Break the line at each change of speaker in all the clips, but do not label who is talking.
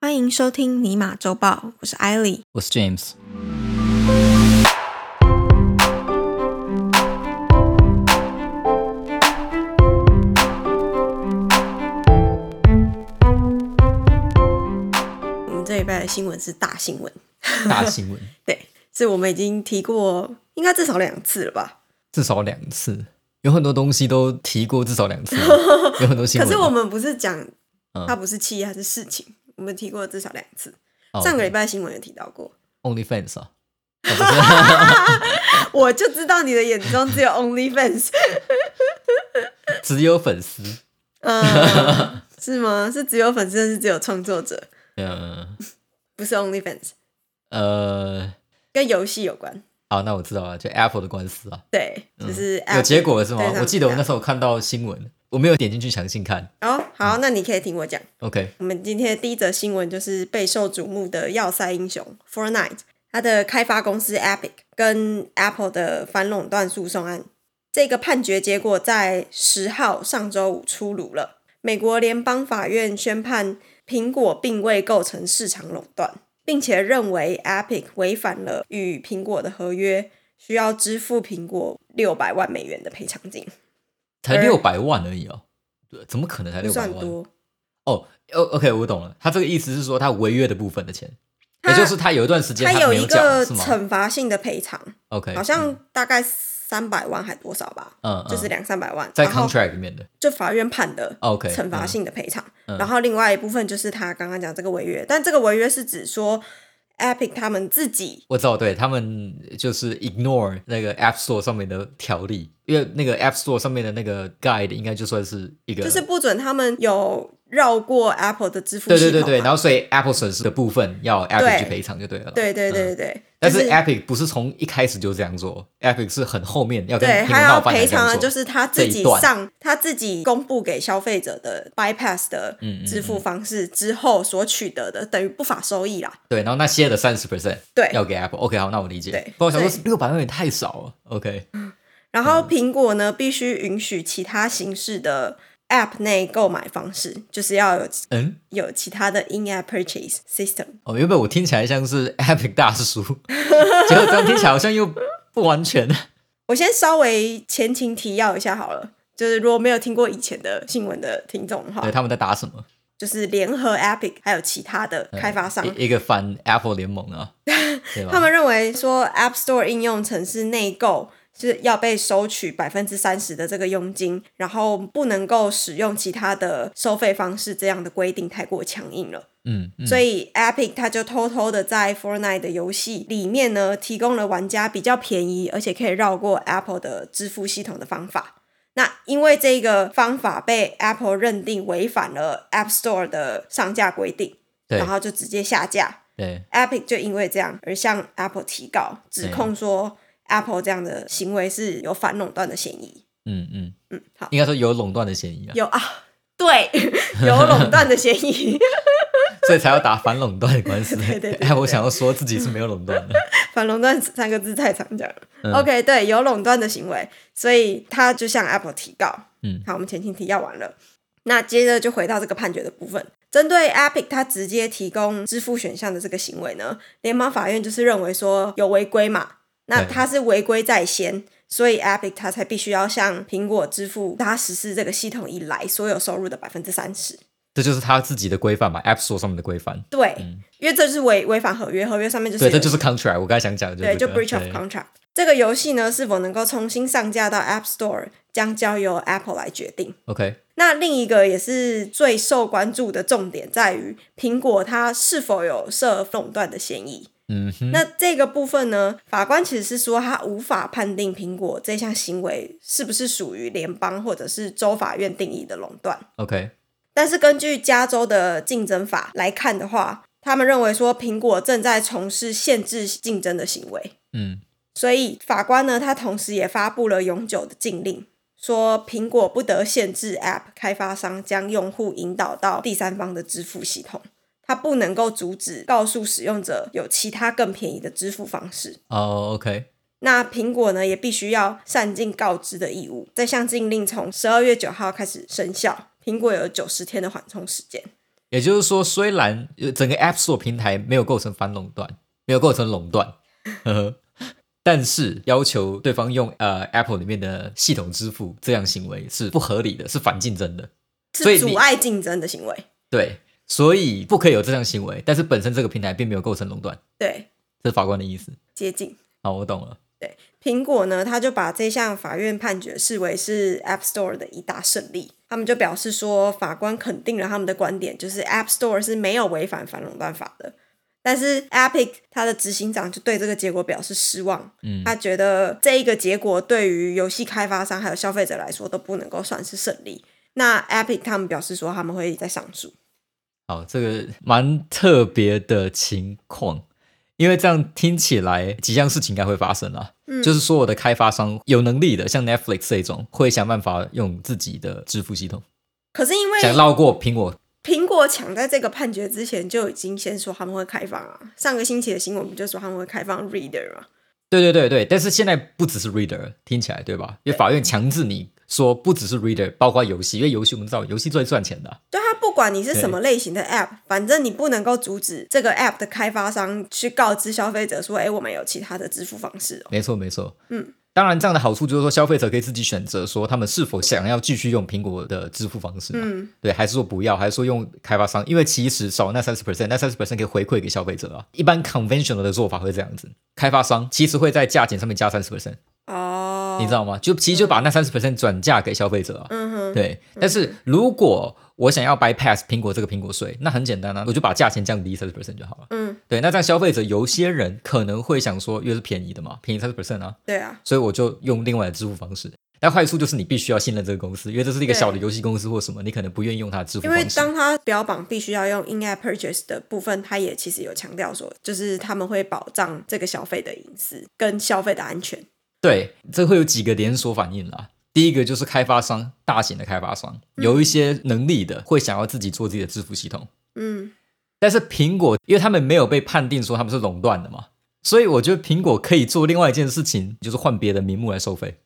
欢迎收听尼玛周报，我是艾莉。
我是 James。
我们这一拜的新闻是大新闻，
大新闻，
对，是我们已经提过，应该至少两次了吧？
至少两次，有很多东西都提过至少两次，有很多 新
可
闻。啊哦
是我们不是讲
嗯
它不是企业还是事情，我们提过至少两次。
哦
上个礼拜新闻有提到过，
OnlyFans 啊，哦不
我就知道你的眼中只有 OnlyFans，
是 只有粉丝。
嗯，是吗？是只有粉丝，还是只有创作者？
嗯
不是 OnlyFans，
呃，
跟游戏有关。
好，那我知道了，就 Apple 的官司啊，
对，就是
有结果了是吗
对？
我记得我那时
候
候看到新闻，我没有点进去详细看。
哦，好，那你可以听我讲。
OK，
我们今天的第一则新闻就是备受瞩目的要塞英雄 Fortnite，它的开发公司 Epic 跟 Apple 的反垄断诉讼案，这个判决结果在十号上周五出炉了。美国联邦法院宣判苹果并未构成市场垄断，并且认为 Epic 违反了与苹果的合约，需要支付苹果六百万美元的赔偿金，
才
而
六百万而已哦，对怎么可能才
不
六百
算
万？
多。
哦哦，OK，我懂了，他这个意思是说他违约的部分的钱，
他
也就是他有一段时间
它
他
有
没
一
缴
个
是吗
惩罚性的赔偿，
？OK，
好像大概三百万还多少吧，
嗯嗯
就是两三百万，
在
然后
contract 里面的
就法院判的
OK，
惩罚
嗯
性的赔偿。
嗯
然后另外一部分就是他刚刚讲这个违约，但这个违约是指说 Epic 他们自己
我知道，对他们就是 ignore 那个 App Store 上面的条例，因为那个 App Store 上面的那个 guide 应该就算是一个，
就是不准他们有绕过 Apple 的支付
对
系统
对
嘛，
对对，然后所以 Apple 损失的部分要 Epic
对
去赔偿就对了。
对对对对对，
嗯但
就是
Epic 不是从一开始就这样做，Epic 是很后面要跟
对，
苹果
还要
闹翻才
赔
这
偿
样
的
做。
就是他自
这
己
一段
上他自己公布给消费者的 bypass 的
嗯嗯
支付方式之后所取得的，等于不法收益啦。
对，然后那些的三十 percent
对
要给 Apple。OK，好，那我理解。
对
不过我想
所
说六百万也太少了。OK，
然后苹果呢，必须允许其他形式的 App 内购买方式，就是要有
嗯，
有其他的 In App Purchase System。
哦，原本我听起来像是 Epic 大叔，结果这样听起来好像又不 完全。
我先稍微前情提要一下好了，就是如果没有听过以前的新闻的听众的话
对，，他们在打什么？
就是联合 Epic 还有其他的开发商，
一一个反 Apple 联盟 啊，对吧？
他们认为说 App Store 应用程式内购是要被收取百分之三十的这个佣金，然后不能够使用其他的收费方式，这样的规定太过强硬了。
嗯，嗯
所以 Epic 它就偷偷的在 Fortnite 的游戏里面呢，提供了玩家比较便宜，而且可以绕过 Apple 的支付系统的方法。那因为这个方法被 Apple 认定违反了 App Store 的上架规定，
对
然后就直接下架。
对
Epic 就因为这样而向 Apple 提告，指控说 Apple 这样的行为是有反垄断的嫌疑。
嗯嗯，
嗯，好，
应该说有垄断的嫌疑啊，
有啊，对， 有垄断的嫌疑，
所以才要打反垄断的官 司。
对对对对
哎，我想要说自己是没有垄 断的。
反垄断三个字太常讲了。
嗯
OK，对，有垄断的行为，所以他就向 Apple 提告。
嗯
好，我们前情提要完了，那接着就回到这个判决的部分。针对 Epic 它直接提供支付选项的这个行为呢，联邦法院就是认为说有违规嘛，那
对
它是违规在先，所以 Epic 它才必须要向苹果支付它实施这个系统以来所有收入的百分之三十。
这就是他自己的规范嘛，App Store 上面的规范。
对，因为这是违违反合约，合约上面就是
嗯对，这
有
就是 contract。我刚才想讲的
对，
是这
就
个
breach of
对
contract。这个游戏呢，是否能够重新上架到 App Store，将交由 Apple 来决定。
OK，
那另一个也是最受关注的重点在于，苹果它是否有涉垄断的嫌疑。
嗯哼，
那这个部分呢，法官其实是说他无法判定苹果这项行为是不是属于联邦或者是州法院定义的垄断。
OK，
但是根据加州的竞争法来看的话，他们认为说苹果正在从事限制竞争的行为。
嗯
所以法官呢，他同时也发布了永久的禁令，说苹果不得限制 App 开发商将用户引导到第三方的支付系统，它不能够阻止告诉使用者有其他更便宜的支付方式。
哦 OK，
那苹果呢，也必须要善尽告知的义务。这项禁令从十二月九号开始生效，苹果有九十天的缓冲时间。
也就是说，虽然呃整个 App Store 平台没有构成反垄断，没有构成垄断， 呵呵但是要求对方用呃 Apple 里面的系统支付这样行为是不合理的，是反竞争的。所以
是
你
阻碍竞争的行为。
对，所以不可以有这样行为。但是本身这个平台并没有构成垄断，
对，
这是法官的意思。
接近。
好，我懂了。
对，苹果呢，他就把这项法院判决视为是 App Store 的一大胜利。他们就表示说，法官肯定了他们的观点，就是 App Store 是没有违反反垄断法的。但是 Epic 它的执行长就对这个结果表示失望，
嗯
他觉得这一个结果对于游戏开发商还有消费者来说都不能够算是胜利。那 Epic 他们表示说他们会再上诉，
好，哦这个蛮特别的情况，因为这样听起来几项事情应该会发生啦。
嗯
就是说我的开发商有能力的，像 Netflix 这种，会想办法用自己的支付系统，
可是因为
想绕过苹果。
苹果抢在这个判决之前就已经先说他们会开放啊，上个星期的新闻不就说他们会开放 Reader 吗？
对对对对，但是现在不只是 Reader，听起来对吧？因为法院强制你说不只是 Reader，包括游戏，因为游戏我们知道游戏最赚钱的啊、
就它不管你是什么类型的 App，反正你不能够阻止这个 App 的开发商去告知消费者说，哎，我们有其他的支付方式哦。
没错没错，
嗯。
当然，这样的好处就是说，消费者可以自己选择说他们是否想要继续用苹果的支付方式嘛，
嗯
对，还是说不要，还是说用开发商？因为其实少了那三十 percent，那三十 percent 可以回馈给消费者啊。一般 conventional 的做法会这样子，开发商其实会在价钱上面加三十 percent，
哦，
你知？道吗？就其实就把那三十 percent 转嫁给消费者啊。
嗯哼，
对，但是如果我想要 bypass 苹果这个苹果税，那很简单啊，我就把价钱降低三十 percent 就好了。
嗯，
对，那这样消费者有些人可能会想说，因为是便宜的嘛，便宜三十 percent 啊，
对啊，
所以我就用另外的支付方式。但坏处就是你必须要信任这个公司，因为这是一个
对
小的游戏公司或什么，你可能不愿意用它的支付
因
方式。
为当它标榜必须要用 In App Purchase 的部分，它也其实有强调说，就是他们会保障这个消费的隐私跟消费的安全。
对，这会有几个连锁反应啦。第一个就是开发商，大型的开发商有一些能力的会想要自己做自己的支付系统，
嗯，
但是苹果，因为他们没有被判定说他们是垄断的嘛，所以我觉得苹果可以做另外一件事情，就是换别的名目来收费，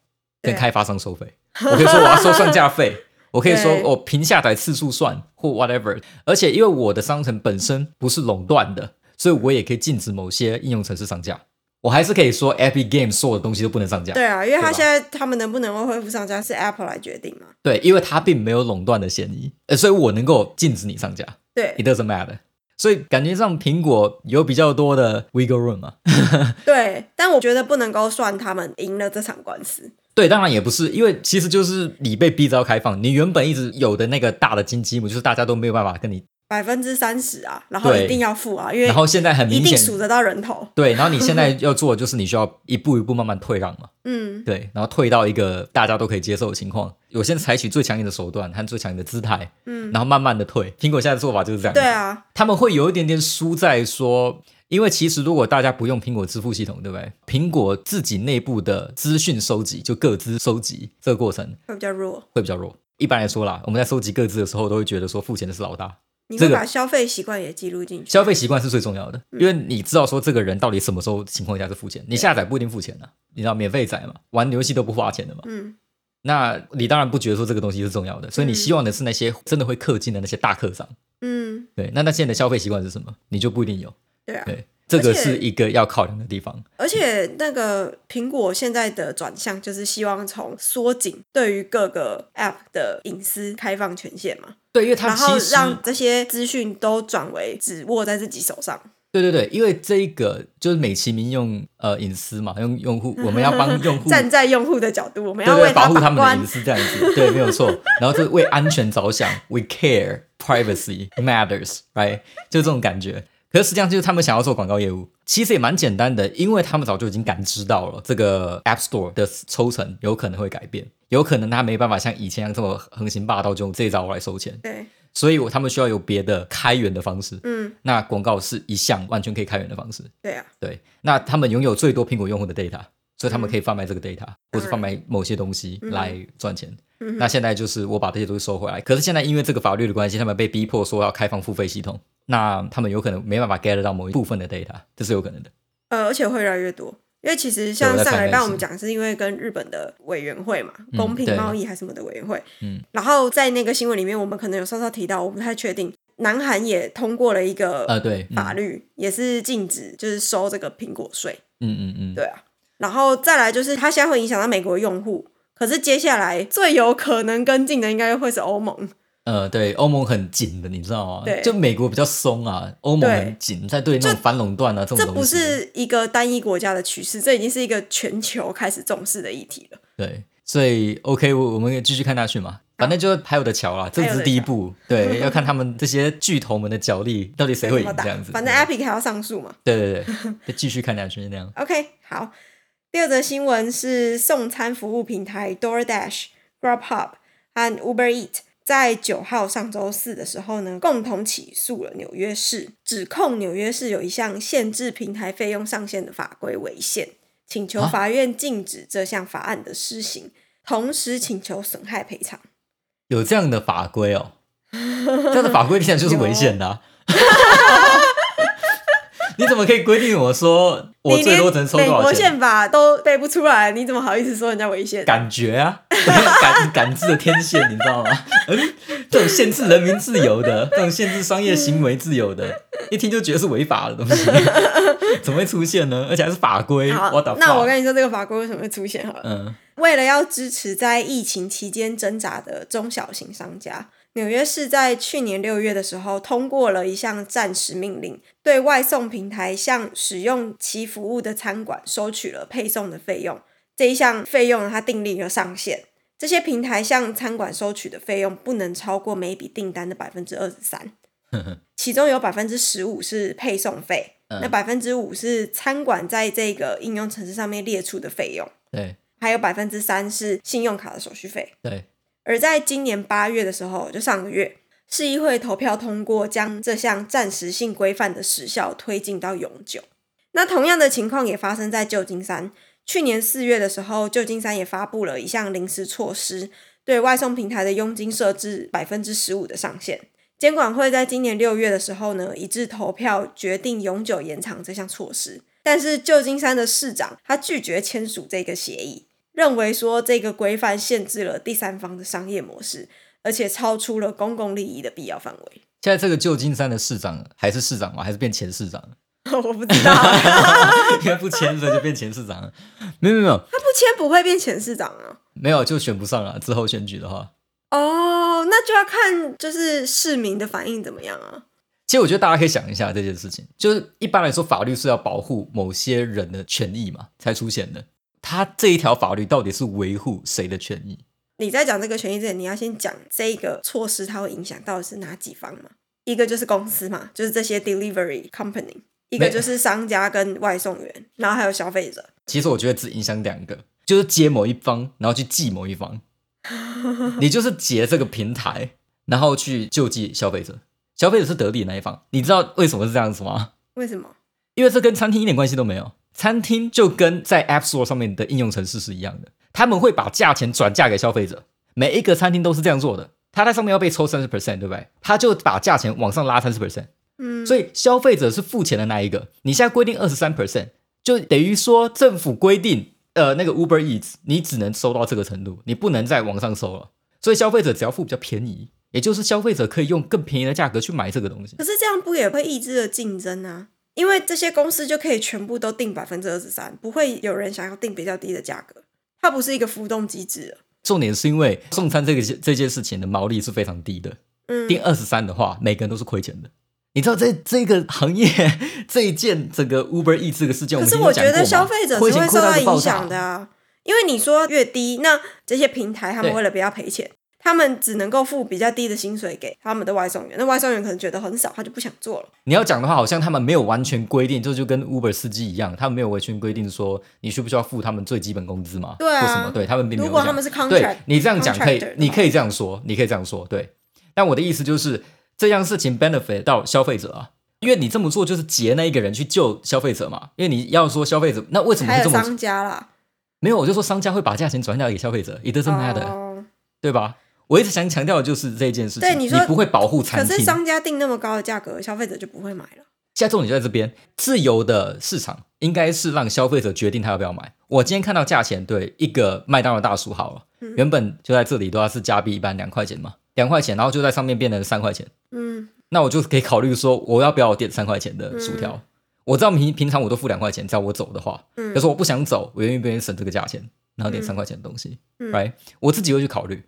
对
跟开发商收费。我可以说我要收上架费， 我可以说
对
我凭下载次数算或 whatever。而且因为我的商城本身不是垄断的，所以我也可以禁止某些应用程式上架。我还是可以说 Epic Games 所有的东西都不能上架。
对啊，因为
对
它
吧
现在他们能不能够恢复上架是 Apple 来决定嘛？
对，因为它并没有垄断的嫌疑，呃，所以我能够禁止你上架。
对
It doesn't matter。所以感觉上苹果有比较多的 wiggle room 啊嘛。
对，但我觉得不能够算他们赢了这场官司。
对，当然也不是，因为其实就是你被逼着要开放，你原本一直有的那个大的经济母，就是大家都没有办法跟你，
百分之三十啊，然后
对
一定要付啊，因为
然后现在很
一
明
定数
显，
得到人头。
对，然后你现在要做的就是你需要一步一步慢慢退让嘛，
嗯，
对，然后退到一个大家都可以接受的情况，有些人采取最强硬的手段和最强硬的姿态，嗯，然后慢慢的退，苹果现在的做法就是这样，
对，啊，
他们会有一点点输在说，因为其实如果大家不用苹果支付系统，对不对？苹果自己内部的资讯收集，就各自收集这个过程
会比较弱。
会比较弱。一般来说啦，我们在收集各自的时候，都会觉得说付钱的是老大，
你
这
会
个
把消费习惯也记录进去。
消费习惯是最重要的，
嗯
因为你知道说这个人到底什么时候情况下是付钱。你下载不一定付钱的、啊你知道免费载嘛，玩游戏都不花钱的嘛。
嗯，
那你当然不觉得说这个东西是重要的，所以你希望的是那些真的会氪金的那些大氪商。
嗯，
对，那那些人的消费习惯是什么，你就不一定有。
对啊。
对，这个是一个要考量的地方。
而且那个苹果现在的转向就是希望从缩紧对于各个 App 的隐私开放权限嘛，
对，因为它
然后
其实
让这些资讯都转为只握在自己手上。
对对对，因为这一个就是美其名用呃隐私嘛，用用户我们要帮 用户
站在用户的角度，我们
对
要
对
为
保护
把
他们的
关
隐。私这样子， 对，没有错。然后就是为安全着想，we care privacy matters，right？就这种感觉。可是实际上就是他们想要做广告业务，其实也蛮简单的，因为他们早就已经感知到了这个 App Store 的抽成有可能会改变，有可能他没办法像以前一样这么横行霸道，就用这一招来收钱。
对，
所以我他们需要有别的开源的方式。
嗯，
那广告是一项完全可以开源的方式。
对啊，
对，那他们拥有最多苹果用户的 data，所以
嗯
他们可以贩卖这个 data，、或是
当然
贩卖某些东西来赚钱。
嗯哼
那现在就是我把这些东西收回来，可是现在因为这个法律的关系，他们被逼迫说要开放付费系统，那他们有可能没办法 get 到某一部分的 data，这是有可能的。
呃，而且会越来越多。因为其实像
对我在
上个礼拜
看
我们讲，是因为跟日本的委员会嘛，
嗯
公平
对
贸易还是什么的委员会，
嗯，
然后在那个新闻里面，我们可能有稍稍提到，我不太确定南韩也通过了一
呃，
个
对，嗯
法律，也是禁止就是收这个苹果税。
嗯嗯嗯，
对啊，然后再来就是它现在会影响到美国用户，可是接下来最有可能跟进的应该会是欧盟。
呃，对，欧盟很紧的，你知道吗？
对
就美国比较松啊，欧盟
对
很紧，在对那种反垄断啊这种
这
东西，
不是一个单一国家的趋势，这已经是一个全球开始重视的议题了。
对，所以 OK，我我们也继续看下去嘛。反正就是还有的瞧啦，这
还有
只
得
是第一
瞧
步， 对，要看他们这些巨头们的角力到底谁会
这么
赢
大
这样子。嗯
反正哎 Epic 还要上诉嘛。
对对对，就继续看下去那样。
OK，好。第二则新闻是送餐服务平台 DoorDash、Grubhub 和 Uber Eat 在九号上周四的时候呢，共同起诉了纽约市，指控纽约市有一项限制平台费用上限的法规违宪，请求
啊
法院禁止这项法案的施行，同时请求损害赔偿。
有这样的法规哦，这样的法规听起来就是违宪的、 啊。 你怎么可以规定我说我
你
最
连
多只能抽
美
多
国
少钱？
宪法都背不出来，你怎么好意思说人家违宪？
感觉啊， 感感知的天线，你知道吗？ 嗯，这种限制人民自由的，这种限制商业行为自由的，一听就觉得是违法的东西， 怎么会出现呢？而且还是法规。
好
What the，
那我
fuck？
跟你说这个法规为什么会出现好了。
嗯
为了要支持在疫情期间挣扎的中小型商家，纽约市在去年六月的时候通过了一项暂时命令，对外送平台向使用其服务的餐馆收取了配送的费用。这一项费用它订立了上限，这些平台向餐馆收取的费用不能超过每笔订单的百分之二十三，其中有百分之十五是配送费，
嗯
那百分之五是餐馆在这个应用程式上面列出的费用。
对
还有百分之三是信用卡的手续费。
对，
而在今年八月的时候，就上个月，市议会投票通过将这项暂时性规范的时效推进到永久。那同样的情况也发生在旧金山。去年四月的时候，旧金山也发布了一项临时措施，对外送平台的佣金设置百分之十五的上限。监管会在今年六月的时候呢，一致投票决定永久延长这项措施。但是旧金山的市长他拒绝签署这个协议，认为说这个规范限制了第三方的商业模式，而且超出了公共利益的必要范围。
现在这个旧金山的市长啊还是市长吗？还是变前市长了？
我不知道，啊 他
因为不签，所以就变前市长了。没有没有没有
不签不会变前市长啊。
没有，就选不上了。之后选举的话，
哦、那就要看就是市民的反应怎么样啊。
其实我觉得大家可以想一下这件事情，就是一般来说，法律是要保护某些人的权益嘛，才出现的。它这一条法律到底是维护谁的权益？
你在讲这个权益之前，你要先讲这个措施它会影响到的是哪几方嘛？一个就是公司嘛，就是这些 delivery company；一个
没
就是商家跟外送员，然后还有消费者。
其实我觉得只影响两个，就是接某一方，然后去记某一方。你就是截这个平台，然后去救济消费者，消费者是得利的那一方。你知道为什么是这样子吗？
为什么？
因为这跟餐厅一点关系都没有。餐厅就跟在 App Store 上面的应用程式是一样的，他们会把价钱转嫁给消费者，每一个餐厅都是这样做的。他在上面要被抽三十 percent，对不对？他就把价钱往上拉三十 percent，
嗯，
所以消费者是付钱的那一个。你现在规定二十三 percent，就等于说政府规定，呃，那个 Uber Eats 你只能收到这个程度，你不能再往上收了。所以消费者只要付比较便宜，也就是消费者可以用更便宜的价格去买这个东西。
可是这样不也会抑制了竞争啊？因为这些公司就可以全部都定百分之二十三，不会有人想要定比较低的价格。它不是一个浮动机制了。
重点是因为送餐这个这件事情的毛利是非常低的，
嗯，
定二十三的话，每个人都是亏钱的。你知道这这个行业 这一件整个 Uber E 这个事件，
可是
我们
我
已经
觉
讲过
得
嘛
消费者是
亏钱
会
亏
受
到
到
一个爆
影
炸
响的啊，因为你说越低，那这些平台他们
对
为了不要赔钱，他们只能够付比较低的薪水给他们的外送员，那外送员可能觉得很少，他就不想做了。
你要讲的话，好像他们没有完全规定，这就跟 Uber 司机一样，他们没有完全规定说你需不需要付他们最基本工资嘛？
对啊
或什么？对他们并没有
如
讲。
果他们是 contract，
对你这样讲可以
contractor 的，
你
话
可以这样说，你可以这样说，对。但我的意思就是，这样事情 benefit 到消费者啊，因为你这么做就是劫那一个人去救消费者嘛。因为你要说消费者，那为什么
还
会
有
这么
商家啦，
没有？我就说商家会把价钱转嫁给消费者，it doesn't matter，、
哦
对吧？我一直想强调的就是这件事情，
对你说
不会保护餐
可
厅，
是商家定那么高的价格，消费者就不会买了。
现在重点就在这边，自由的市场应该是让消费者决定他要不要买。我今天看到价钱，对一个麦当劳大叔好了，原本就在这里都要是加币一般两块钱嘛，两块钱，然后就在上面变成三块钱，
嗯，
那我就可以考虑说，我要不要点三块钱的薯条？我知道平平常我都付两块钱，只要我走的话，
嗯
可是我不想走，我愿意不愿意省这个价钱，然后点三块钱的东西、
嗯
r i g h t 我自己会去考虑。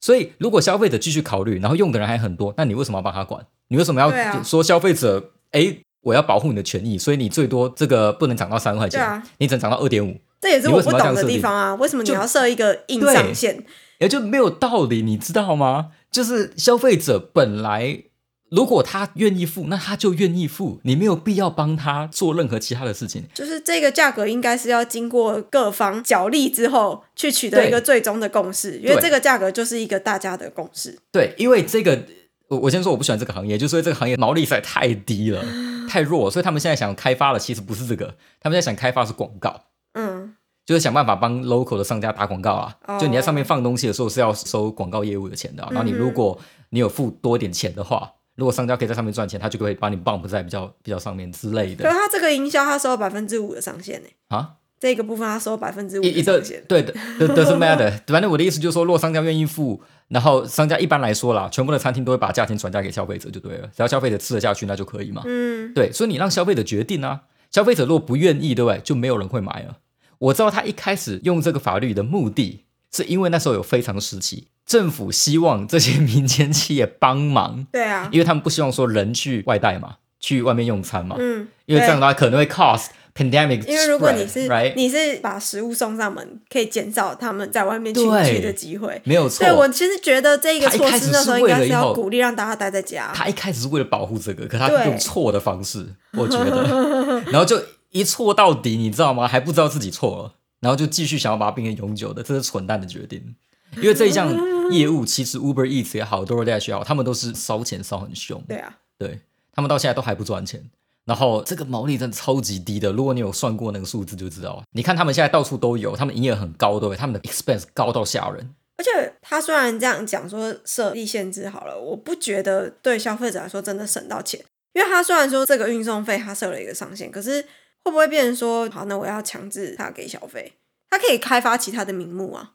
所以，如果消费者继续考虑，然后用的人还很多，那你为什么要帮他管？你为什么
对啊
要说消费者？诶，我要保护你的权益，所以你最多这个不能涨到三块钱，
对啊
你只能涨到二点五，
这也是
你
我
为什
不
么要
懂
这样
的
设
地
定
方啊，为什么你
就
要设一个硬
对
上限？
也就没有道理，你知道吗？就是消费者本来如果他愿意付，那他就愿意付，你没有必要帮他做任何其他的事情。
就是这个价格应该是要经过各方角力之后去取得一个最终的共识，因为
对
这个价格就是一个大家的共识。
对，因为这个，我我先说我不喜欢这个行业，就是因为这个行业毛利实在太低了，太弱，所以他们现在想开发的其实不是这个，他们现在想开发的是广告。
嗯，
就是想办法帮 local 的商家打广告啊
哦
就你在上面放东西的时候是要收广告业务的钱的啊、然后你如果你有付多一点钱的话，如果商家可以在上面赚钱，他就会把你 bump 在比较比较上面之类的
可。是他这个营销他收百分之五的上限呢、欸
啊，
这个部分他收百分之五
一一
的
个
上限。
对的，do- doesn't matter。反正我的意思就是说，若商家愿意付，然后商家一般来说啦，全部的餐厅都会把价钱转嫁给消费者就对了，只要消费者吃得下去，那就可以嘛。
嗯，
对，所以你让消费者决定啊，消费者若不愿意，对不对？就没有人会买了。我知道他一开始用这个法律的目的，是因为那时候有非常时期，政府希望这些民间企业帮忙，
对啊，
因为他们不希望说人去外带嘛，去外面用餐嘛，
嗯，
因为这样的话可能会 cause pandemic spread,
因为如果你是
right
你是把食物送上门，可以减少他们在外面群
对
聚的机会。
没有错，
对我其实觉得这个
他一
措
开
施
始
那
是
时候应
为
该
了
是
以
要
后
鼓励让大家待在家。
他一开始是为了保护这个，可他
对
用错的方式，我觉得， 然后就一错到底，你知道吗？还不知道自己错了，然后就继续想要把它变成永久的，这是蠢蛋的决定。因为这一项业务，其实 Uber Eats 也好，DoorDash 也好，他们都是烧钱烧很凶，
对啊，
对他们到现在都还不赚钱。然后这个毛利真的超级低的，如果你有算过那个数字就知道。你看他们现在到处都有，他们营业额很高，对不对？他们的 expense 高到吓人。
而且他虽然这样讲说设立限制好了，我不觉得对消费者来说真的省到钱，因为他虽然说这个运送费他设了一个上限，可是会不会变成说，好，那我要强制他给小费？他可以开发其他的名目啊，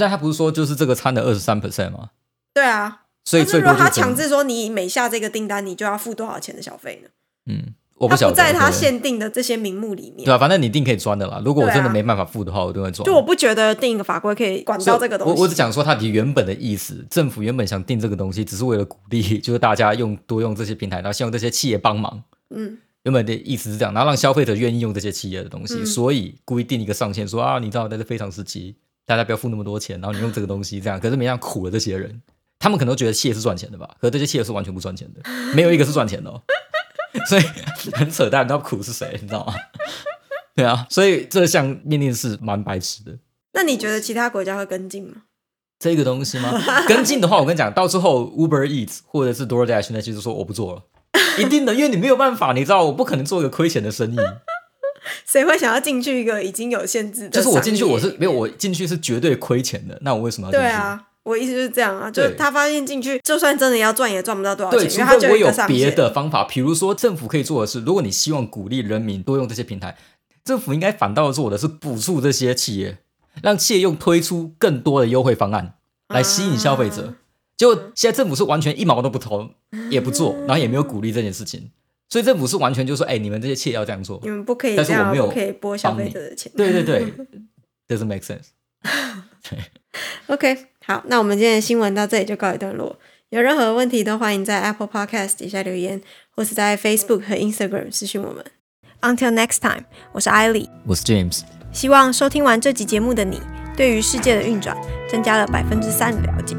但他不是说就是这个餐的二十三 percent 吗？
对啊。
所以
但是
最
如
多
果
就
他
只能
强制说你每下这个订单，你就要付多少钱的小费呢？
嗯，我不
他
晓
不
得
在他
对
限定的这些名目里面
对，啊，反正你一定可以钻的啦。如果我真
对
的
啊
没办法付的话，我一定会钻。
就我不觉得定一个法规可以管
所以
到这个东西。
我我只讲说它的原本的意思，政府原本想定这个东西，只是为了鼓励，就是大家用多用这些平台，然后希望这些企业帮忙。
嗯，
原本的意思是这样，然后让消费者愿意用这些企业的东西，
嗯
所以故意定一个上限，说啊，你知道在这非常时期，大家不要付那么多钱，然后你用这个东西这样，可是没让苦了这些人，他们可能都觉得企业是赚钱的吧，可是这些企业是完全不赚钱的，没有一个是赚钱的、哦， 所以很扯淡，你知道苦是谁，你知道吗？ 对啊，所以这项命令是蛮白痴的。
那你觉得其他国家会跟进吗？
这个东西吗？跟进的话，我跟你讲，到最后 Uber Eats 或者是 DoorDash 那些就说我不做了，一定的，因为你没有办法，你知道我不可能做一个亏钱的生意。
谁会想要进去一个已经有限制的
就
商业里面？
是我进去我是没有，我进去是绝对亏钱的，那我为什么要进去？
对啊，我意思就是这样啊，就是
对
他发现进去，就算真的要赚，也赚不到多少
对，
钱，因为
除
他就
非我
有一
有
个上
别
限。
的方法，比如说政府可以做的是，如果你希望鼓励人民多用这些平台，政府应该反倒做的是补助这些企业，让企业用推出更多的优惠方案
啊
来吸引消费者。结果现在政府是完全一毛都不投，也不做，然后也没有鼓励这件事情，所以政府是完全就说，哎、你们这些企业要这样做
你，们不可以
但是
这样
我
啊，
没有
不可以拨消
帮
费
你
者的钱。
对对对 ，doesn't make sense。
OK，好，那我们今天的新闻到这里就告一段落。有任何问题都欢迎在 Apple Podcast 底下留言，或是在 Facebook 和 Instagram 私讯我们。Until next time，我是艾莉。
我是 James，
希望收听完这集节目的你，对于世界的运转增加了百分之三的了解。